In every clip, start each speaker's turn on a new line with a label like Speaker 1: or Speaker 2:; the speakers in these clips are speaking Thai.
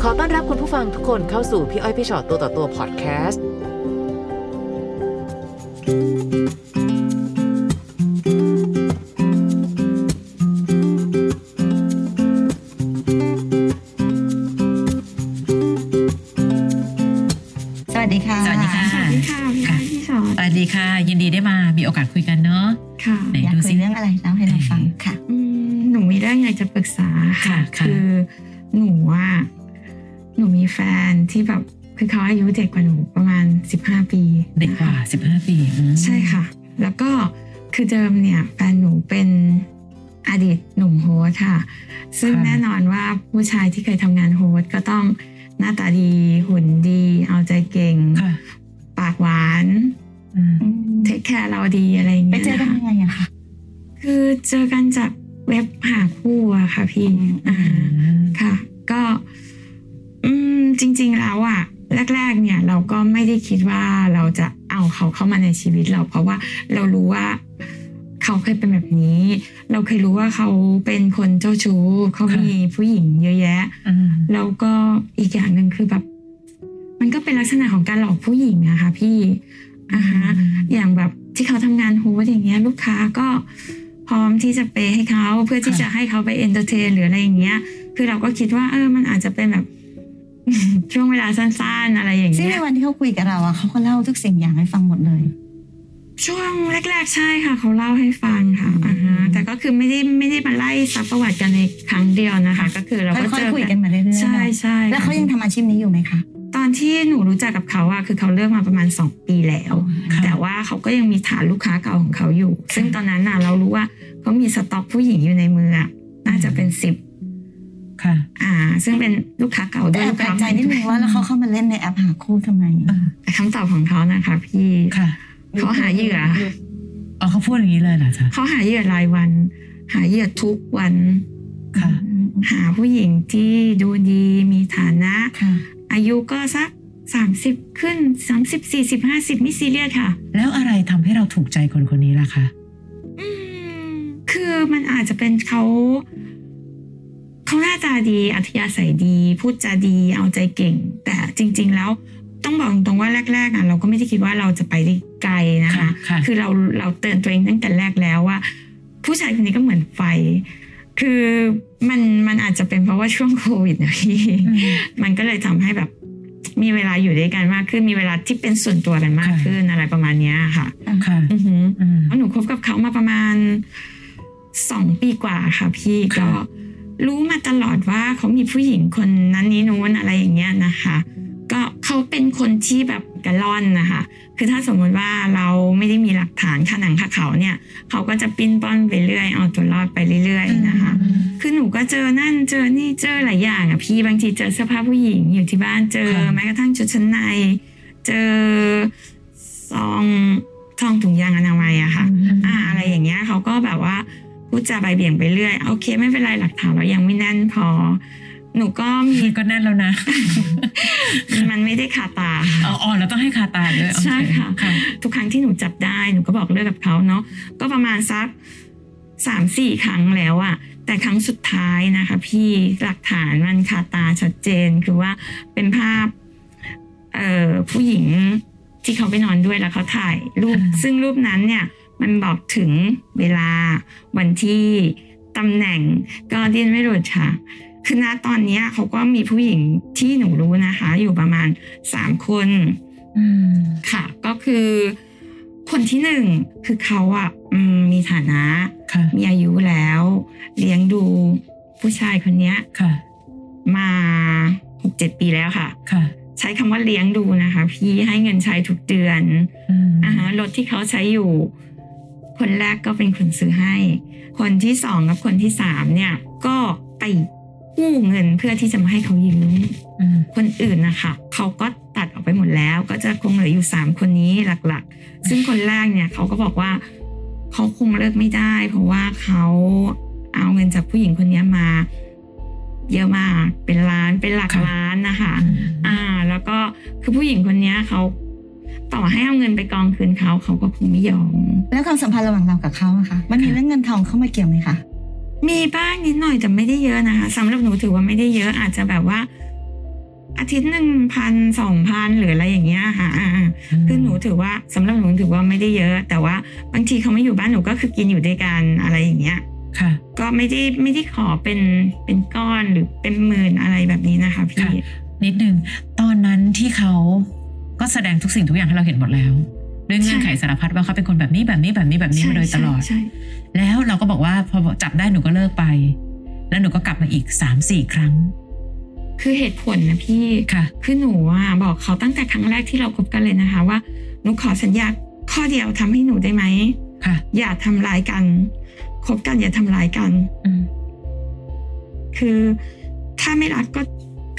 Speaker 1: ขอต้อนรับคุณผู้ฟังทุกคนเข้าสู่พี่อ้อยพี่ชอตตัวต่อตัวพอดแคสต์
Speaker 2: สวัสดีค่ะ
Speaker 3: สวัสดีค่ะ
Speaker 4: สวัสดีค่ะพี่อ้อยพี่ชอ
Speaker 3: ส
Speaker 4: ต
Speaker 3: วัสดีค่ะ ยินดีได้มามีโอกาสคุยกันเนาะ
Speaker 4: ค่ะ
Speaker 3: ไหน
Speaker 2: อยาก
Speaker 3: ดู
Speaker 2: คุ
Speaker 3: สิ
Speaker 2: ยเรื่องอะไรเล่าให้เราฟังค่ะ
Speaker 4: อืมหนูมีเรื่องอยากจะปรึกษาค่ะ
Speaker 3: ค่ะ
Speaker 4: คือหนูว่าหนูมีแฟนที่แบบคือเขาอายุเด็กกว่าหนูประมาณสิบห้าปี
Speaker 3: เด็กกว่า
Speaker 4: นะคะ
Speaker 3: 15 ปีอืม
Speaker 4: ใช่ค่ะ แล้วก็คือเดิมเนี่ยแฟนหนูเป็นอดีตหนุ่มโฮสต์ค่ะ ซึ่งแน่นอนว่าผู้ชายที่เคยทำงานโฮสต์ก็ต้องหน้าตาดีหุ่นดี เอาใจเก่ง
Speaker 3: ค่ะ
Speaker 4: ปากหวาน
Speaker 3: อืม
Speaker 4: เทคแคร์เราดีอะไรอย่าง
Speaker 2: ไป
Speaker 4: เงี้ย
Speaker 2: เจอกัน
Speaker 4: ค่ะ
Speaker 2: ยังไงอะคะ
Speaker 4: คือเจอกันจากเว็บหาคู่อะค่ะพี่อ่าค่ะ ก็ อืม จริง ๆ แล้วอะแรก ๆ เนี่ย เราก็ไม่ได้คิดว่าเราจะเอาเขาเข้ามาในชีวิตเรา เพราะว่าเรารู้ว่า เขาเคยเป็นแบบนี้ เราเคยรู้ว่าเขาเป็นคนเจ้าชู้เขามีผู้หญิงเยอะแยะ
Speaker 3: อืม
Speaker 4: แล้วก็อีกอย่างหนึ่งคือแบบ มันก็เป็นลักษณะของการหลอกผู้หญิงอะค่ะ พี่อ่าฮะ อย่างแบบที่เขาทำงานโฮสต์อย่างเงี้ยลูกค้าก็พร้อมที่จะเปย์ให้เขาเพื่อที่จะให้เขาไปเอนเตอร์เทนหรืออะไรอย่างเงี้ย คือเราก็คิดว่า เออมันอาจจะเป็นแบบ ช่วงเวลาสั้นๆอะไรอย่าง
Speaker 2: ซึ่งใน
Speaker 4: เงี้ย
Speaker 2: วันที่เขาคุยกับเราอะเขาก็เล่าทุกสิ่งอย่างให้ฟังหมดเลย
Speaker 4: ช่วงแรก ๆ ใช่ค่ะ เขาเล่าให้ฟังค่ะอ่าฮะแต่ก็คือไม่ได้ไม่ได้มาไล่ซับประวัติกันในครั้งเดียวนะคะ ก็คือเราก็
Speaker 2: ค่อ
Speaker 4: เจ
Speaker 2: ย
Speaker 4: อ
Speaker 2: ๆคุยกันมาเรื่อยๆ
Speaker 4: ใช่ใช่
Speaker 2: แล้วเขายังทำอาชีพนี้อยู่ไหมคะ
Speaker 4: ตอนที่หนูรู้จักกับเขาอะคือเขาเลิกมาประมาณสองปีแล้ว
Speaker 3: ค่ะ
Speaker 4: แต่ว่าเขาก็ยังมีฐานลูกค้าเก่าของเขาอยู่ ซึ่งตอนนั้นน่ะเรารู้ว่าเขามีสต็อกผู้หญิงอยู่ในมืออะน่าจะเป็นสิบ
Speaker 3: ค่ะ
Speaker 4: อ่า ซึ่งเป็นลูกค้าเก่าด้
Speaker 2: แต่
Speaker 4: วย
Speaker 2: แอบ
Speaker 4: ลูก
Speaker 2: แปล
Speaker 4: ค้ากให
Speaker 2: ใจ
Speaker 4: ม่
Speaker 2: นิด
Speaker 4: ด้ว
Speaker 2: นึ
Speaker 4: ย
Speaker 2: งว่าแล้วเขาเข้ามาเล่นในแอปหาคู่ทำไม
Speaker 3: อ่า
Speaker 4: คำตอบของเขานะคะพี่
Speaker 3: ค่ะ
Speaker 4: เขาหาเหยื่อ
Speaker 3: อ๋อเขาพูดอย่างนี้เลยเหรอจ๊ะ
Speaker 4: เขาหาเหยื่อรายวัน หาเหยื่อทุกวัน
Speaker 3: ค่ะ
Speaker 2: อืม
Speaker 4: หาผู้หญิงที่ดูดีมีฐานะ
Speaker 2: ค่ะ
Speaker 4: อายุก็สักสามสิบขึ้นสามสิบสี่สิบห้าสิบไม่ซีเรียสค่ะ
Speaker 3: แล้วอะไรทำให้เราถูกใจคนคนนี้ล่ะคะ
Speaker 4: อืมคือมันอาจจะเป็นเขาเขาหน้าตาดี อัธยาศัยดี พูดจาดี เอาใจเก่ง แต่จริง ๆ แล้วต้องบอกตรงๆว่าแรก ๆอ่ะเราก็ไม่ได้คิดว่าเราจะไปได้ไกลนะคะ
Speaker 3: ค่ะค่ะ
Speaker 4: คือเราเราเตือนตัวเองตั้งแต่แรกแล้วว่า ผู้ชายคนนี้ก็เหมือนไฟ คือมันมันอาจจะเป็นเพราะว่าช่วงโควิดนะพี่ มันก็เลยทำให้แบบ มีเวลาอยู่ด้วยกันมากขึ้น มีเวลาที่เป็นส่วนตัวกันมาก
Speaker 3: ค่ะ
Speaker 4: ขึ้นอะไรประมาณเนี้ยค่ะ
Speaker 3: ค่ะ
Speaker 4: อือหือ
Speaker 3: อืม
Speaker 4: เพราะหนูคบกับเขามาประมาณสองปีกว่าค่ะ พี่ก็
Speaker 3: ค่ะ
Speaker 4: รู้มาตลอดว่าเขามีผู้หญิงคนนั้นนี้นู้นอะไรอย่างเงี้ยนะคะ ก็เขาเป็นคนที่แบบกระล่อนนะคะ คือถ้าสมมติว่าเราไม่ได้มีหลักฐานขนังขะเขาเนี่ย เขาก็จะปิ้นป้อนไปเรื่อยเอาตัวรอดไปเรื่อยๆนะคะ คือหนูก็เจอนั่นเจอนี่เจอหลายอย่างอ่ะพี่บางทีเจอเสื้อผ้าผู้หญิงอยู่ที่บ้านเจอ
Speaker 3: ค่ะ
Speaker 4: แม้กระทั่งชุดชั้นใน เจอซองซองถุงยางอนามัยอะค่ะ อ่าอะไรอย่างเงี้ยเขาก็แบบว่าพูดจาใบายเบี่ยงไปเรื่อยโอเค ไม่เป็นไรหลักฐานเรายังไม่แน่นพอ หนูก็มี
Speaker 3: มันก็แน่นแล้วนะ
Speaker 4: มันไม่ได้ขาดตา
Speaker 3: อ๋ออ๋อเราต้องให้คาตาด้วยโอเ
Speaker 4: ใช่ค่ะ
Speaker 3: ค่ะ
Speaker 4: ทุกครั้งที่หนูจับได้หนูก็บอกเลิกกับเขาเนาะก็ประมาณสักสามสี่ครั้งแล้วอะแต่ครั้งสุดท้ายนะคะ พี่หลักฐานมันคาตาชัดเจนคือว่าเป็นภาพเอ่อผู้หญิงที่เขาไปนอนด้วยแล้วเขาถ่ายรูป
Speaker 3: อ่า
Speaker 4: ซึ่งรูปนั้นเนี่ย มันบอกถึงเวลาวันที่ตำแหน่งก็ดิ้นไม่หลุดค่ะ คือณตอนเนี้ยเขาก็มีผู้หญิงที่หนูรู้นะคะ อยู่ประมาณสามคน
Speaker 3: อืม
Speaker 4: ค่ะก็คือคนที่หนึ่งคือเขาอ่ะอืมมีฐานะ
Speaker 3: ค่ะ
Speaker 4: มีอายุแล้ว เลี้ยงดูผู้ชายคนเนี้ย
Speaker 3: ค่ะ
Speaker 4: มาหกเจ็ดปีแล้วค่ะ
Speaker 3: ค่ะ
Speaker 4: ใช้คำว่าเลี้ยงดูนะคะ พี่ให้เงินใช้ทุกเดือน
Speaker 3: อืม
Speaker 4: อ่าฮะรถที่เขาใช้อยู่ คนแรกก็เป็นคนซื้อให้ คนที่สองกับคนที่สามเนี่ย ก็ไปกู้เงินเพื่อที่จะมาให้เขายืม
Speaker 3: อืม
Speaker 4: คนอื่นนะคะเขาก็ตัดออกไปหมดแล้ว ก็จะคงเหลืออยู่ 3 คนนี้หลักๆ ซึ่งคนแรกเนี่ยเขาก็บอกว่าเขาคงเลิกไม่ได้ เพราะว่าเขาเอาเงินจากผู้หญิงคนเนี้ยมา เยอะมากเป็นล้านเป็นหลัก
Speaker 3: ค่ะ
Speaker 4: ล้านนะคะ
Speaker 3: อืม
Speaker 4: อ่า แล้วก็คือผู้หญิงคนเนี้ยเขาต่อให้เอาเงินไปกองคืนเขาเขาก็คงไม่ยอม
Speaker 2: แล้วความสัมพันธ์ระหว่างเรากับเขาอะคะมันมีเรื่องเงินทองเข้ามาเกี่ยวไหมคะ
Speaker 4: มีบ้างนิดหน่อยแต่ไม่ได้เยอะนะคะสำหรับหนูถือว่าไม่ได้เยอะอาจจะแบบว่า อาทิตย์หนึ่งพันสองพันหรืออะไรอย่างเงี้ยค่ะอ่าๆคือหนูถือว่าสำหรับหนูถือว่าไม่ได้เยอะ แต่ว่าบางทีเขาไม่อยู่บ้านหนูก็คือกินอยู่ด้วยกันอะไรอย่างเงี้ย
Speaker 3: ค่ะ
Speaker 4: ก็ไม่ได้ไม่ได้ขอเป็นเป็นก้อนหรือเป็นหมื่นอะไรแบบนี้นะคะพี่
Speaker 3: ค่ะ นิดนึงตอนนั้นที่เขาก็แสดงทุกสิ่งทุกอย่างให้เราเห็นหมดแล้วด้วยเงื่อนไขสารพัดว่าเขาเป็นคนแบบนี้แบบนี้แบบนี้แบบนี้มาโดยตลอด
Speaker 4: ใช่ใช่
Speaker 3: แล้วเราก็บอกว่าพอจับได้หนูก็เลิกไป แล้วหนูก็กลับมาอีกสามสี่ครั้ง
Speaker 4: คือเหตุผลนะพี่
Speaker 3: ค่ะ
Speaker 4: คือหนูอ่ะบอกเขาตั้งแต่ครั้งแรกที่เราคบกันเลยนะคะ ว่าหนูขอสัญญาข้อเดียวทำให้หนูได้ไหม
Speaker 3: ค่ะ
Speaker 4: อย่าทำร้ายกันคบกันอย่าทำร้ายกัน
Speaker 3: อืม
Speaker 4: คือถ้าไม่รักก็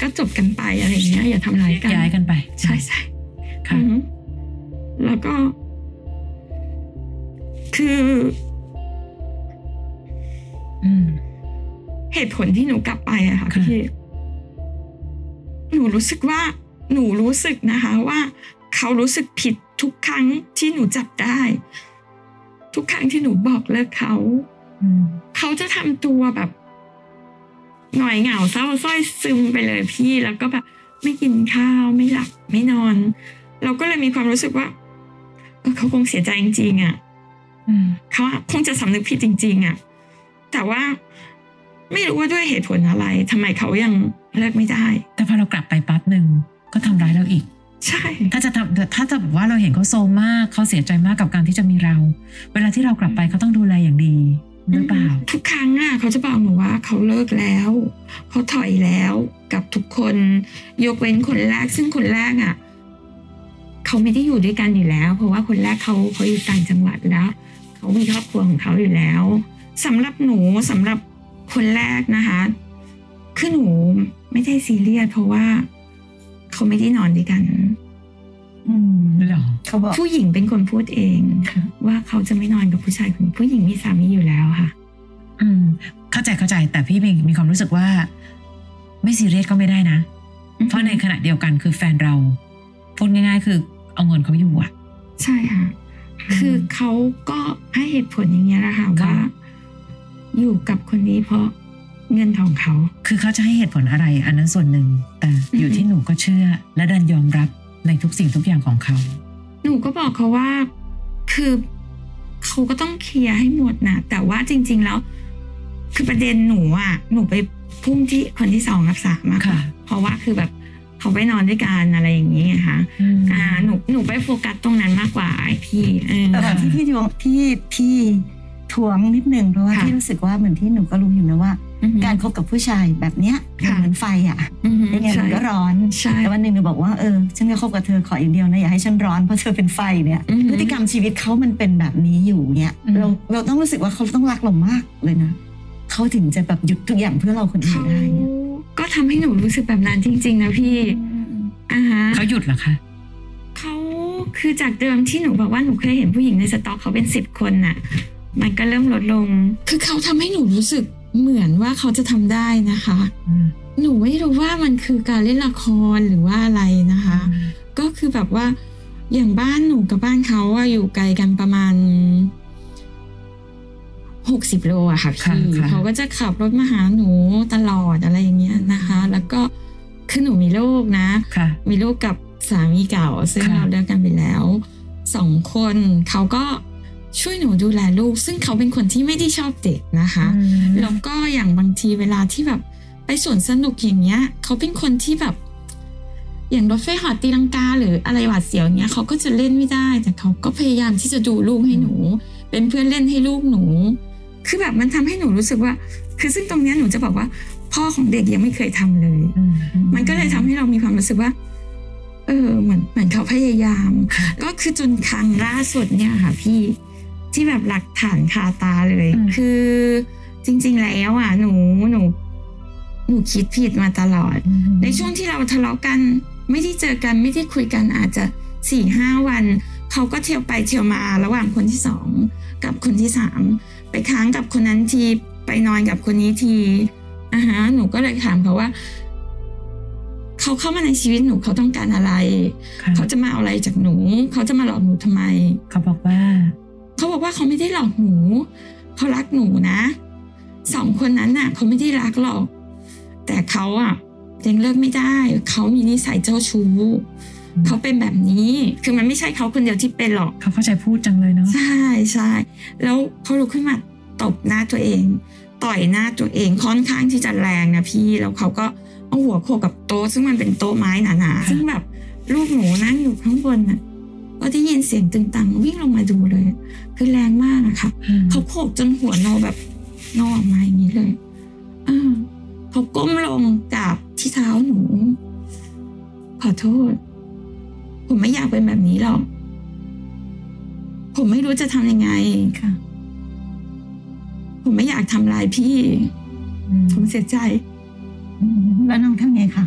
Speaker 4: ก็จบกันไปอะไรอย่างเงี้ยอย่าทำร้ายกัน
Speaker 3: ย้ายกันไป
Speaker 4: ใช่ใช่
Speaker 3: ค่ะ
Speaker 4: อือฮึแล้วก็ คือ
Speaker 3: อืม
Speaker 4: เหตุผลที่หนูกลับไปอะค่ะ
Speaker 3: ค่ะ
Speaker 4: พี่หนูรู้สึกว่า หนูรู้สึกนะคะ ว่า เขารู้สึกผิดทุกครั้งที่หนูจับได้ ทุกครั้งที่หนูบอกเลิกเขา
Speaker 3: อืม
Speaker 4: เขาจะทำตัวแบบหน่อยเหงาเศร้าสร้อยซึมไปเลยพี่ แล้วก็แบบไม่กินข้าวไม่หลับไม่นอน เราก็เลยมีความรู้สึกว่าเออเขาคงเสียใจจริงๆอะ่ะ
Speaker 3: อืม
Speaker 4: เขาคงจะสำนึกผิดจริง ๆอะ่ะแต่ว่าไม่รู้ว่าด้วยเหตุผลอะไรทำไมเขายังเลิกไม่ได้
Speaker 3: แต่พอเรากลับไปปั๊บหนึ่งก็ทำร้ายเราอีก
Speaker 4: ใช่
Speaker 3: ถ้าจะทำถ้าจะแบบว่าเราเห็นเขาโซมมากเขาเสียใจมากกับการที่จะมีเรา เวลาที่เรากลับไปเขาต้องดูแลอย่างดีหรือเปล่า
Speaker 4: ทุกครั้งอ่ะเขาจะบอกหนูว่าเขาเลิกแล้วเขาถอยแล้วกับทุกคน ยกเว้นคนแรก ซึ่งคนแรกอ่ะเขาไม่ได้อยู่ด้วยกันอยู่แล้ว เพราะว่าคนแรกเขาเขาอยู่ต่างจังหวัดแล้วเขามีครอบครัวของเขาอยู่แล้วสำหรับหนูสำหรับคนแรกนะคะคือหนูไม่ได้ซีเรียสเพราะว่าเขาไม่ได้นอนด้วยกัน
Speaker 3: อืมหรอ
Speaker 2: เขาบอก
Speaker 4: ผู้หญิงเป็นคนพูดเอง
Speaker 2: ค่ะ
Speaker 4: ว่าเขาจะไม่นอนกับผู้ชายคนผู้หญิงมีสามีอยู่แล้วค่ะ
Speaker 3: อืม เข้าใจเข้าใจ แต่พี่มีมีความรู้สึกว่า ไม่ซีเรียสก็ไม่ได้นะ
Speaker 4: อือฮึ
Speaker 3: เพราะในขณะเดียวกันคือแฟนเราพูดง่าย ๆ คือเอาเงินเขาอยู่อะ
Speaker 4: ใช่ค่ะ
Speaker 3: อืม
Speaker 4: คือเขาก็ให้เหตุผลอย่างเงี้ยนะคะ
Speaker 3: ค่ะ
Speaker 4: ว่า อยู่กับคนนี้เพราะเงินทองเขา
Speaker 3: คือเขาจะให้เหตุผลอะไร อันนั้นส่วนหนึ่ง แต่อยู่
Speaker 4: อือฮึ
Speaker 3: ที่หนูก็เชื่อ และดันยอมรับในทุกสิ่งทุกอย่างของเขา
Speaker 4: หนูก็บอกเขาว่า คือเขาก็ต้องเคลียร์ให้หมดนะแต่ว่าจริง ๆแล้ว คือประเด็นหนูอ่ะ หนูไปพุ่งที่คนที่สองกับสามอะ
Speaker 3: ค่ะ
Speaker 4: เพราะว่าคือแบบเขาไปนอนด้วยกันอะไรอย่างนี้ไงค่ะ อ่า หนูหนูไปโฟกัสตรงนั้นมากกว่าไอพี่เออ
Speaker 2: แต่ว่าที่พี่ทวงพี่พี่ทวงนิดนึงเพราะว่า
Speaker 4: ค่ะ
Speaker 2: พี่รู้สึกว่าเหมือนที่หนูก็รู้อยู่นะว่า
Speaker 4: อือฮึ
Speaker 2: การคบกับผู้ชายแบบเนี้ย
Speaker 4: ค่ะ
Speaker 2: มันเหมือนไฟอ่ะ
Speaker 4: อือฮึ
Speaker 2: ยังไงมั
Speaker 4: ใช่
Speaker 2: นก็ร้อน
Speaker 4: ใช่
Speaker 2: แต่วันหนึ่งหนูบอกว่าเออฉันจะคบกับเธอขออย่างเดียวนะอย่าให้ฉันร้อนเพราะเธอเป็นไฟเนี่ย
Speaker 4: อือฮึ
Speaker 2: พฤติกรรมชีวิตเขามันเป็นแบบนี้อยู่เนี่ย
Speaker 3: อืม
Speaker 2: เราเราต้องรู้สึกว่าเขาต้องรักเรามากเลยนะเขาถึงจะแบบหยุดทุกอย่างเพื่อเราคนเดีย
Speaker 4: เขา
Speaker 2: วได้เนี่ย
Speaker 4: ก็ทำให้หนูรู้สึกแบบนั้นจริง ๆ นะพี่อ่าฮะ
Speaker 3: เขาหยุดเหรอคะ
Speaker 4: เขาคือจากเดิมที่หนูบอกว่าหนูเคยเห็นผู้หญิงในสต็อกเขาเป็นสิบคนน่ะ มันก็เริ่มลดลง คือเขาทำให้หนูรู้สึกเหมือนว่าเขาจะทำได้นะคะ
Speaker 3: อืม
Speaker 4: หนูไม่รู้ว่ามันคือการเล่นละครหรือว่าอะไรนะคะ ก็คือแบบว่าอย่างบ้านหนูกับบ้านเขาอะอยู่ไกลกันประมาณหกสิบโลอะค่ะ
Speaker 3: ค่ะ
Speaker 4: พี่
Speaker 3: ค่ะ
Speaker 4: เขาก็จะขับรถมาหาหนูตลอดอะไรอย่างเงี้ยนะคะ แล้วก็คือหนูมีลูกนะ
Speaker 3: ค่ะ
Speaker 4: มีลูกกับสามีเก่าซึ่ง
Speaker 3: ค่ะ
Speaker 4: เราเลิกกันไปแล้วสองคนเขาก็ช่วยหนูดูแลลูก ซึ่งเขาเป็นคนที่ไม่ได้ชอบเด็กนะคะ แล้วก็อย่างบางทีเวลาที่แบบไปสวนสนุกอย่างเงี้ย เขาเป็นคนที่แบบ อย่างรถไฟเหอดตีลังกาหรืออะไรหวาดเสียวอย่างเงี้ยเขาก็จะเล่นไม่ได้ แต่เขาก็พยายามที่จะดูลูกให้หนู เป็นเพื่อนเล่นให้ลูกหนู คือแบบมันทำให้หนูรู้สึกว่า คือซึ่งตรงเนี้ยหนูจะบอกว่า พ่อของเด็กยังไม่เคยทำเลย
Speaker 3: อืม
Speaker 4: มันก็เลยทำให้เรามีความรู้สึกว่า เออ เหมือนเหมือนเขาพยายาม ก็คือจนครั้งล่าสุดเนี่ยค่ะพี่ที่แบบหลักฐานคาตาเลย
Speaker 3: อืม
Speaker 4: คือจริง ๆ แล้วอ่ะหนูหนู หนูคิดผิดมาตลอด ในช่วงที่เราทะเลาะกัน ไม่ได้เจอกันไม่ได้คุยกันอาจจะสี่ห้าวัน เขาก็เที่ยวไปเที่ยวมาระหว่างคนที่สองกับคนที่สามไปค้างกับคนนั้นทีไปนอนกับคนนี้ทีอ่าฮะหนูก็เลยถามเขาว่า เขาเข้ามาในชีวิตหนูเขาต้องการอะไร
Speaker 3: ค่ะ
Speaker 4: เขาจะมาเอาอะไรจากหนู เขาจะมาหลอกหนูทำไม
Speaker 3: เขาบอกว่า
Speaker 4: เขาบอกว่าเขาไม่ได้หลอกหนู เขารักหนูนะ สองคนนั้นน่ะ เขาไม่ได้รักหรอก แต่เขาอ่ะ ยังเลิกไม่ได้ เขามีนิสัยเจ้าชู้
Speaker 3: อืม
Speaker 4: เขาเป็นแบบนี้คือมันไม่ใช่เขาคนเดียวที่เป็นหรอก
Speaker 3: เขาเข้าใจพูดจังเลยเนาะ
Speaker 4: ใช่ใช่แล้วเขาลุกขึ้นมาตบหน้าตัวเอง ต่อยหน้าตัวเองค่อนข้างที่จะแรงนะพี่แล้วเขาก็เอาหัวโขกกับโต๊ะซึ่งมันเป็นโต๊ะไม้หนาๆซึ่งแบบลูกหนูนั่งอยู่ข้างบนน่ะก็ได้ยินเสียงตึงตังวิ่งลงมาดูเลย คือแรงมากอะค่ะ เขาโขกจนหัวโนแบบโนออกมาอย่างนี้เลยอ่าเขาก้มลงกราบที่เท้าหนู ขอโทษ ผมไม่อยากเป็นแบบนี้หรอก ผมไม่รู้จะทำยังไง
Speaker 2: ค่ะ
Speaker 4: ผมไม่อยากทำลายพี่
Speaker 3: อืม
Speaker 4: ผมเสียใจ
Speaker 2: แล้วน้องทำไงคะ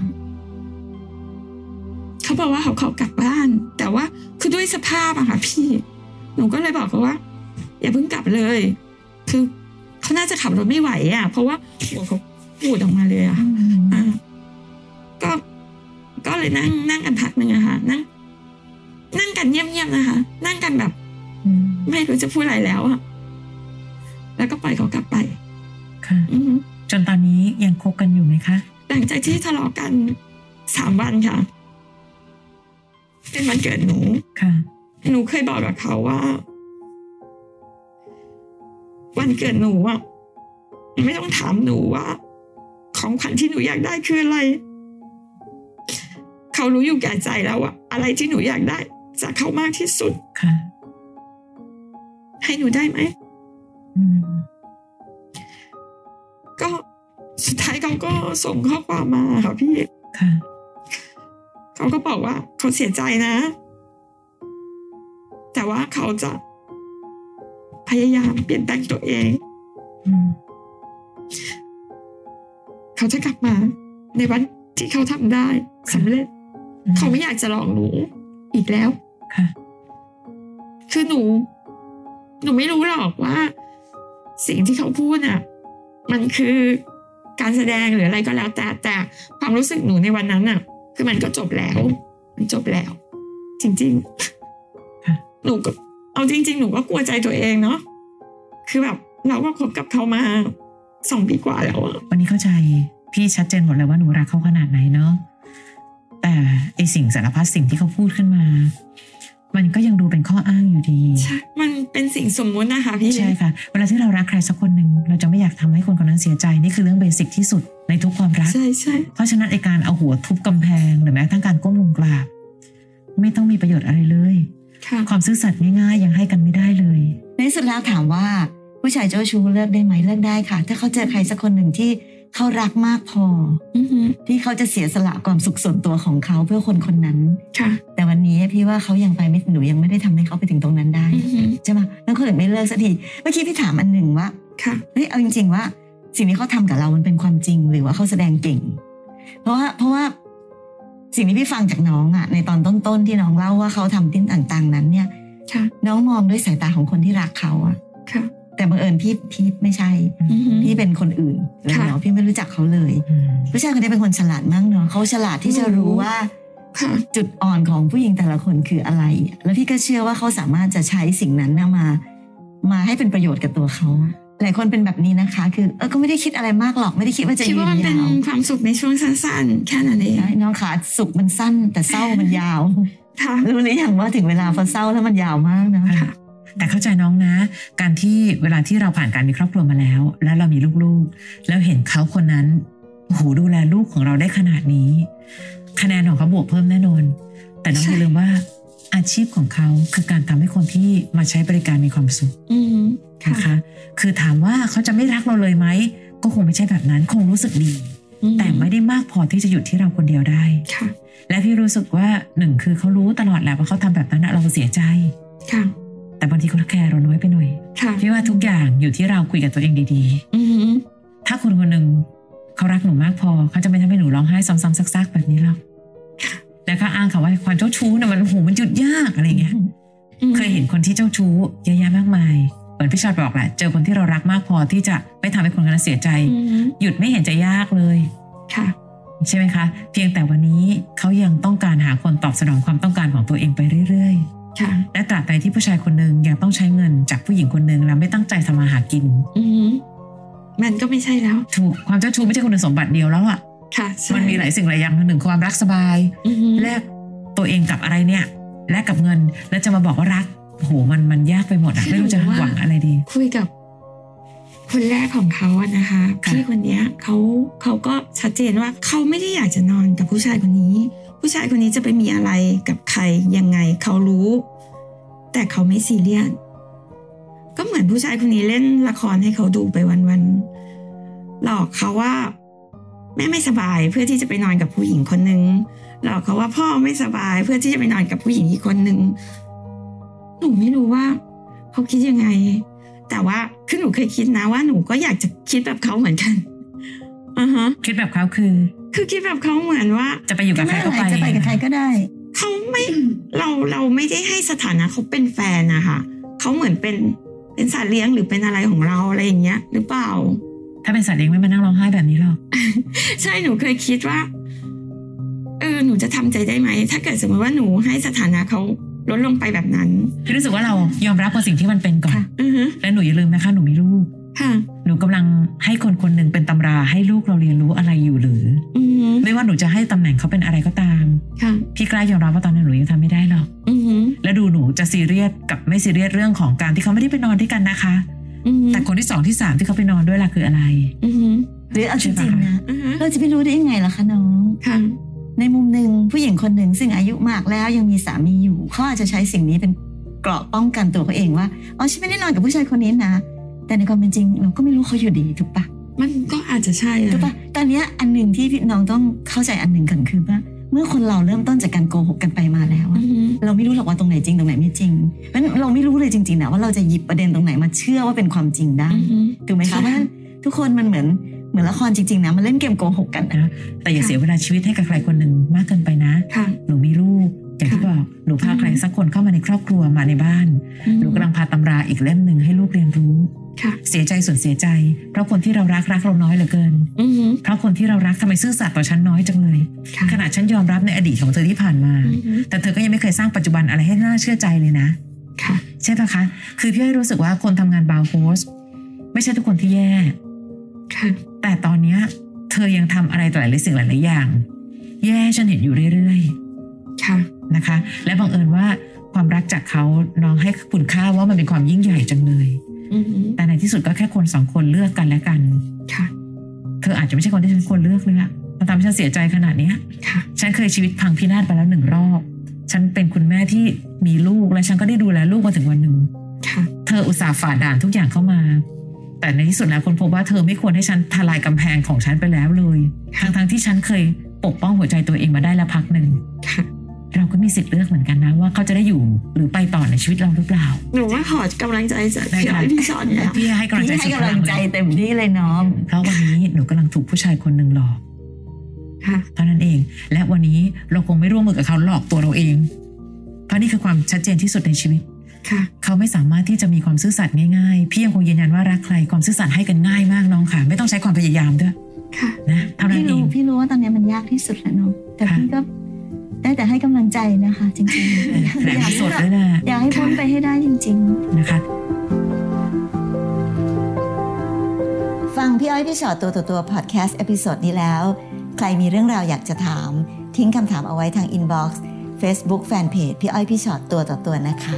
Speaker 4: เขาบอกว่าเขาขอกลับบ้าน แต่ว่าคือด้วยสภาพอะค่ะพี่ หนูก็เลยบอกเขาว่า อย่าเพิ่งกลับเลย คือเขาน่าจะขับรถไม่ไหวอะเพราะว่าหัวเขาปูดออกมาเลยอะ อ่ะก็ก็เลยนั่งนั่งกันพักหนึ่งอะค่ะ นั่ง นั่งกันเงียบๆนะคะ นั่งกันแบบ
Speaker 3: อืม
Speaker 4: ไม่รู้จะพูดอะไรแล้วอะแล้วก็ปล่อยเขากลับไป
Speaker 3: ค่ะ
Speaker 4: อือฮึ
Speaker 3: จนตอนนี้ยังคบกันอยู่ไหมคะ
Speaker 4: หลังจากที่ทะเลาะกันสามวันค่ะ เป็นวันเกิดหนู
Speaker 3: ค่ะ
Speaker 4: หนูเคยบอกกับเขาว่า วันเกิดหนูอะไม่ต้องถามหนูว่า ของขวัญที่หนูอยากได้คืออะไร เขารู้อยู่แก่ใจแล้วว่าอะไรที่หนูอยากได้จากเขามากที่สุด
Speaker 3: ค่ะ
Speaker 4: ให้หนูได้ไหม
Speaker 3: อืม
Speaker 4: ก็สุดท้ายเขาก็ส่งข้อความมาค่ะพี่
Speaker 3: ค่ะ
Speaker 4: เขาก็บอกว่าเขาเสียใจนะ แต่ว่าเขาจะ พยายามเปลี่ยนแปลงตัวเอง
Speaker 3: อืม
Speaker 4: เขาจะกลับมา ในวันที่เขาทำได้สำเร็จ เขาไม่อยากจะหลอกหนู อีกแล้ว
Speaker 3: ค่ะ
Speaker 4: คือหนู หนูไม่รู้หรอกว่า สิ่งที่เขาพูดน่ะ มันคือการแสดงหรืออะไรก็แล้ว แต่แต่ความรู้สึกหนูในวันนั้นน่ะ คือมันก็จบแล้ว มันจบแล้ว จริง
Speaker 3: ค่ะ
Speaker 4: ๆหนูก็เอาจริง ๆ หนูก็กลัวใจตัวเองเนาะคือแบบเราก็คบกับเขามาสองปีกว่าแล้วอะ
Speaker 3: วันนี้เข้าใจ พี่ชัดเจนหมดเลยว่าหนูรักเขาขนาดไหนเนาะแต่ไอสิ่งสารพัดสิ่งที่เขาพูดขึ้นมา มันก็ยังดูเป็นข้ออ้างอยู่ดี
Speaker 4: ใช่ มันเป็นสิ่งสมมุตินะคะพี่
Speaker 3: ใช่ค่ะ เวลาที่เรารักใครสักคนหนึ่งเราจะไม่อยากทำให้คนคนนั้นเสียใจนี่คือเรื่องเบสิกที่สุดในทุกความรัก
Speaker 4: ใช่ใช่
Speaker 3: เพราะฉะนั้นไอการเอาหัวทุบกำแพงหรือแม้กระทั้งการก้มลงกราบ ไม่ต้องมีประโยชน์อะไรเลย
Speaker 4: ค่ะ
Speaker 3: ความซื่อสัตย์ง่ายๆยังให้กันไม่ได้เลย
Speaker 2: ในสุดแล้วถามว่า ผู้ชายเจ้าชู้เลิกได้ไหมเลิกได้ค่ะ ถ้าเขาเจอใครสักคนหนึ่งที่เขารักมากพอ
Speaker 4: อือฮึ
Speaker 2: ที่เขาจะเสียสละความสุขส่วนตัวของเขาเพื่อคนคนนั้น
Speaker 4: ค่ะ
Speaker 2: แต่วันนี้พี่ว่าเขายังไปไม่หนูยังไม่ได้ทำให้เขาไปถึงตรงนั้นได้
Speaker 4: อือฮึ
Speaker 2: ใช่ไหมแล้วคนอื่นไม่เลิกสักทีเมื่อกี้พี่ถามอันหนึ่งว่า
Speaker 4: ค่ะ
Speaker 2: เฮ้ยเอาจริง ๆ ว่า สิ่งที่เขาทำกับเรามันเป็นความจริงหรือว่าเขาแสดงเก่ง เพราะว่าเพราะว่าสิ่งที่พี่ฟังจากน้องอะในตอนต้นๆที่น้องเล่าว่าเขาทำทิ้งต่างๆ นั้นเนี่ย
Speaker 4: ค่ะ
Speaker 2: น้องมองด้วยสายตาของคนที่รักเขาอะ
Speaker 4: ค่ะ
Speaker 2: แต่บังเอิญพี่พี่ไม่ใช่
Speaker 4: อือฮึ
Speaker 2: พี่เป็นคนอื่นแล้ว
Speaker 4: ค่ะ
Speaker 2: เนาะพี่ไม่รู้จักเขาเลย
Speaker 3: อืม
Speaker 2: ผู้ชายคนนี้เป็นคนฉลาดมากเนาะเขาฉลาดที่จะรู้ว่า
Speaker 4: ค่ะ
Speaker 2: จุดอ่อนของผู้หญิงแต่ละคนคืออะไรอะแล้วพี่ก็เชื่อว่าเขาสามารถจะใช้สิ่งนั้นนะมา มาให้เป็นประโยชน์กับตัวเขาอะหลายคนเป็นแบบนี้นะคะ คือเออก็ไม่ได้คิดอะไรมากหรอก ไม่ได้คิดว่าจะ
Speaker 4: คิ
Speaker 2: ยื
Speaker 4: ด
Speaker 2: น
Speaker 4: ว่ามันเป็น
Speaker 2: ยาว
Speaker 4: ความสุขในช่วงสั้นๆ แค่นั้นเอง
Speaker 2: ใช่น้องขาสุขมันสั้น แต่เศร้ามันยาว
Speaker 4: ค่ะ
Speaker 2: รู้หรือยังว่าถึงเวลาพอเศร้าแล้วมันยาวมากนะ
Speaker 4: ค่ะ
Speaker 3: แต่เข้าใจน้องนะ การที่เวลาที่เราผ่านการมีครอบครัวมาแล้ว แล้วเรามีลูกๆ แล้วเห็นเขาคนนั้นโอ้โหดูแลลูกของเราได้ขนาดนี้ คะแนนของเขาบวกเพิ่มแน่นอน แต่น้อง
Speaker 4: ใช่
Speaker 3: อย่าลืมว่าอาชีพของเขาคือการทำให้คนที่มาใช้บริการมีความสุข
Speaker 4: อืม
Speaker 3: นะ
Speaker 4: ค่ะ
Speaker 3: คะ คือถามว่าเขาจะไม่รักเราเลยไหม ก็คงไม่ใช่แบบนั้นคงรู้สึกดี
Speaker 4: อื
Speaker 3: แต่ไม่ได้มากพอที่จะหยุดที่เราคนเดียวได้
Speaker 4: ค่ะ
Speaker 3: และพี่รู้สึกว่าหนึ่งคือเขารู้ตลอดแหละว่าเขาทำแบบนั้นน่ะเราเสียใจ
Speaker 4: ค่ะ
Speaker 3: แต่บางทีเขาแคร์เราน้อยไปหน่อย
Speaker 4: ค่ะ
Speaker 3: พี่ว่าทุกอย่างอยู่ที่เราคุยกับตัวเองดี
Speaker 4: อือฮึ
Speaker 3: ๆ ถ้าคนคนหนึ่งเขารักหนูมากพอ เขาจะไม่ทำให้หนูร้องไห้ซ้ำๆซักๆแบบนี้หรอกแล้วก็อ้างคำว่าความเจ้าชู้นะมันโอ้โหมันหยุดยากอะไรเงี้ย
Speaker 4: อือฮึ
Speaker 3: เคยเห็นคนที่เจ้าชู้เยอะแยะมากมาย เหมือนพี่ชอดบอกแหละ เจอคนที่เรารักมากพอที่จะไม่ทำให้คนคนนั้นเสียใจ
Speaker 4: อือฮึ
Speaker 3: หยุดไม่เห็นจะยากเลย
Speaker 4: ค่ะ
Speaker 3: ใช่ไหมคะ เพียงแต่วันนี้เขายังต้องการหาคนตอบสนองความต้องการของตัวเองไปเรื่อย
Speaker 4: ค่ะ
Speaker 3: ๆ และตราบใดที่ผู้ชายคนหนึ่งยังต้องใช้เงินจากผู้หญิงคนหนึ่งและไม่ตั้งใจทำมาหากิน
Speaker 4: อือฮึมันก็ไม่ใช่แล้ว
Speaker 3: ถูกความเจ้าชู้ไม่ใช่คุณสมบัติเดียวแล้วอะ
Speaker 4: ค่ะใช่
Speaker 3: มันมีหลายสิ่งหลายอย่างหนึ่งความรักสบาย
Speaker 4: อือฮึ
Speaker 3: แลกตัวเองกับอะไรเนี่ย แลกกับเงินแล้วจะมาบอกว่ารักโอ้โหมันมันยากไปหมดอะไม่รู้จะหวังอะไรดี
Speaker 4: คุยกับ คนแรกของเขาอะนะคะ
Speaker 3: ค่ะ
Speaker 4: พี่คนเนี้ยเขาเขาก็ชัดเจนว่าเขาไม่ได้อยากจะนอนกับผู้ชายคนนี้ ผู้ชายคนนี้จะไปมีอะไรกับใครยังไงเขารู้ แต่เขาไม่ซีเรียสก็เหมือนผู้ชายคนนี้เล่นละครให้เขาดูไปวันๆหลอกเขาว่าแม่ไม่สบายเพื่อที่จะไปนอนกับผู้หญิงคนนึงหลอกเขาว่าพ่อไม่สบายเพื่อที่จะไปนอนกับผู้หญิงอีกคนนึงหนูไม่รู้ว่าเขาคิดยังไง แต่ว่าคือหนูเคยคิดนะว่าหนูก็อยากจะคิดแบบเขาเหมือน กันอ่าฮะ
Speaker 3: คิดแบบเขาคือ
Speaker 4: คือคิดแบบเขาเหมือนว่า
Speaker 3: จะไปอยู่กับใคร
Speaker 2: ไม่
Speaker 3: ก็
Speaker 2: เป็นไร
Speaker 3: ไป
Speaker 2: จะไปกับใครก็ได้
Speaker 4: เขาไม่เราเราไม่ได้ให้สถานะเขาเป็นแฟนนะคะเขาเหมือนเป็นเป็นสัตว์เลี้ยงหรือเป็นอะไรของเราอะไรอย่างเงี้ย หรือเปล่า
Speaker 3: ถ้าเป็นสัตว์เลี้ยงไม่มานั่งร้องไห้แบบนี้หรอก
Speaker 4: ใช่หนูเคยคิดว่า เออหนูจะทำใจได้ไหม ถ้าเกิดสมมติว่าหนูให้สถานะเขาลดลงไปแบบนั้น
Speaker 3: พี่รู้สึกว่าเรายอมรับกับสิ่งที่มันเป็นก่อน
Speaker 2: ค่ะ
Speaker 4: อือฮึ
Speaker 3: และหนูอย่าลืมนะคะหนูมีลูก
Speaker 4: ค่ะ
Speaker 3: หนูกำลังให้คนคนหนึ่งเป็นตำราให้ลูกเราเรียนรู้อะไรอยู่หรือ
Speaker 4: อือฮึ
Speaker 3: ไม่ว่าหนูจะให้ตำแหน่งเขาเป็นอะไรก็ตาม
Speaker 4: ค่ะ
Speaker 3: พี่กล้ายอมรับว่าตอนนั้นหนูยังทำไม่ได้หรอก
Speaker 4: อือฮึ
Speaker 3: และดูหนูจะซีเรียสกับไม่ซีเรียสเรื่องของการที่เขาไม่ได้ไปนอนด้วยกันนะคะ
Speaker 4: อือฮึ
Speaker 3: แต่คนที่สองที่สามที่เขาไปนอนด้วยล่ะคืออะไร
Speaker 4: อือฮึ
Speaker 2: หรือเอาจริงๆนะ
Speaker 4: อือฮึ
Speaker 2: เราจะไปรู้ได้ยังไงล่ะคะน้อง
Speaker 4: ค่ะ
Speaker 2: ในมุมหนึ่งผู้หญิงคนหนึ่งซึ่งอายุมากแล้วยังมีสามีอยู่เขาอาจจะใช้สิ่งนี้เป็นเกราะป้องกันตัวเขาเองว่าอ๋อฉันไม่ได้นอนกับผู้ชายคนนี้นะ แต่ในความเป็นจริงเราก็ไม่รู้เขาอยู่ดีถูกปะ
Speaker 4: มันก็อาจจะใช่
Speaker 2: ถูกปะตอนเนี้ยอันหนึ่งที่พี่น้องต้องเข้าใจอันหนึ่งก่อนคือว่าเมื่อคนเราเริ่มต้นจากการโกหกกันไปมาแล้ว
Speaker 4: อื
Speaker 2: อะ
Speaker 4: อฮึ
Speaker 2: เราไม่รู้หรอกว่าตรงไหนจริงตรงไหนไม่จริงเพราะฉะนั้นเราไม่รู้เลยจริงๆนะว่าเราจะหยิบประเด็นตรงไหนมาเชื่อว่าเป็นความจริงได้
Speaker 4: อือฮึ
Speaker 2: ถูกไหม
Speaker 4: ใช่
Speaker 2: คะเพราะฉะนั้นทุกคนมันเหมือนเหมือนละครจริงๆนะมันเล่นเกมโกหกกันนะ
Speaker 3: แต่อย่าเสียเวลาชีวิตให้กับใครคนหนึ่งมากเกินไปนะ
Speaker 4: ค่ะ
Speaker 3: หนูมีลูกอย่างที่
Speaker 4: ค่ะ
Speaker 3: บอกหนูพา
Speaker 4: อืม
Speaker 3: ใครสักคนเข้ามาในครอบครัวมาในบ้าน
Speaker 4: อือ
Speaker 3: หนูกำลังพาตำราอีกเล่มหนึ่งให้ลูกเรียนรู้
Speaker 4: ค่ะ
Speaker 3: เสียใจส่วนเสียใจ เพราะคนที่เรารักรักเราน้อยเหลือเกิน
Speaker 4: อือฮึ
Speaker 3: เพราะคนที่เรารักทำไมซื่อสัตย์ต่อฉันน้อยจังเลย
Speaker 4: ค่ะ
Speaker 3: ขนาดฉันยอมรับในอดีตของเธอที่ผ่านมา
Speaker 4: อือฮึ
Speaker 3: แต่เธอก็ยังไม่เคยสร้างปัจจุบันอะไรให้น่าเชื่อใจเลยนะ
Speaker 4: ค่ะ
Speaker 3: ใช่ปะคะ คือพี่อ้อยรู้สึกว่าคนทำงานบาร์โฮสไม่ใช่ทุกคนที่แย่
Speaker 4: ค่ะ
Speaker 3: แต่ตอนเนี้ยเธอยังทำอะไรต่อหลายๆสิ่งหลายๆอย่าง แย่ให้ฉันเห็นอยู่เรื่อย
Speaker 4: ค่ะ
Speaker 3: ๆนะคะ และบังเอิญว่าความรักจากเขาน้องให้คุณค่าว่ามันเป็นความยิ่งใหญ่จังเลย
Speaker 4: อือฮึ
Speaker 3: แต่ในที่สุดก็แค่คนสองคนเลือกกันและกัน
Speaker 4: ค่ะ
Speaker 3: เธออาจจะไม่ใช่คนที่ฉันควรเลือกเลยอะมันทำให้ฉันเสียใจขนาดเนี้ย
Speaker 4: ค่ะ
Speaker 3: ฉันเคยชีวิตพังพินาศไปแล้วหนึ่งรอบ ฉันเป็นคุณแม่ที่มีลูกและฉันก็ได้ดูแลลูกมาถึงวันหนึ่ง
Speaker 4: ค่ะ
Speaker 3: เธออุตส่าห์ฝ่าด่านทุกอย่างเข้ามา แต่ในที่สุดแล้วคนพบว่าเธอไม่ควรให้ฉันทลายกำแพงของฉันไปแล้วเลย
Speaker 4: ค่ะ
Speaker 3: ทั้งๆที่ฉันเคยปกป้องหัวใจตัวเองมาได้แล้วพักหนึ่ง
Speaker 4: ค่ะ
Speaker 3: เราก็มีสิทธิ์เลือกเหมือนกันนะว่าเขาจะได้อยู่หรือไปต่อในชีวิตเราหรือเปล่า
Speaker 4: หนูว่าขอกำลังใจจากพี่อ้อยพี่ชอนนะ
Speaker 3: พี่ให้กำลังใจ
Speaker 2: พี่ให้กำลังใจ
Speaker 3: สุด
Speaker 2: เต็มที่เลยน้อง
Speaker 3: ๆเพราะวันนี้หนูกำลังถูกผู้ชายคนหนึ่งหลอก
Speaker 4: ค่ะ
Speaker 3: เท่านั้นเอง และวันนี้เราคงไม่ร่วมมือกับเขาหลอกตัวเราเอง เพราะนี่คือความชัดเจนที่สุดในชีวิต
Speaker 4: ค่ะ
Speaker 3: เขาไม่สามารถที่จะมีความซื่อสัตย์ง่ายๆ พี่ยังคงยืนยันว่ารักใครความซื่อสัตย์ให้กันง่ายมากน้องค่ะ ไม่ต้องใช้ความพยายามด้วย
Speaker 4: ค่ะ
Speaker 3: นะเท่านั้
Speaker 2: พี่
Speaker 3: นเอ
Speaker 2: รู้
Speaker 3: ง
Speaker 2: พี่รู้ว่าตอนนี้มันยากที่สุดแหละน้องแต่
Speaker 3: ค่ะ
Speaker 2: พี่ก็ได้แต่ให้กำลังใจนะคะ จริง
Speaker 3: เออ
Speaker 2: ๆ
Speaker 3: แหลมสดด้วยนะ
Speaker 2: อยากให้พ้นไปให้ได้จริง
Speaker 3: นะคะ
Speaker 2: ๆ ฟังพี่อ้อยพี่ชอตตัวต่อตัวพอดแคสต์เอพิโซดนี้แล้ว ใครมีเรื่องราวอยากจะถาม ทิ้งคำถามเอาไว้ทางอินบ็อกซ์เฟซบุ๊กแฟนเพจพี่อ้อยพี่ชอตตัวต่อตัวนะคะ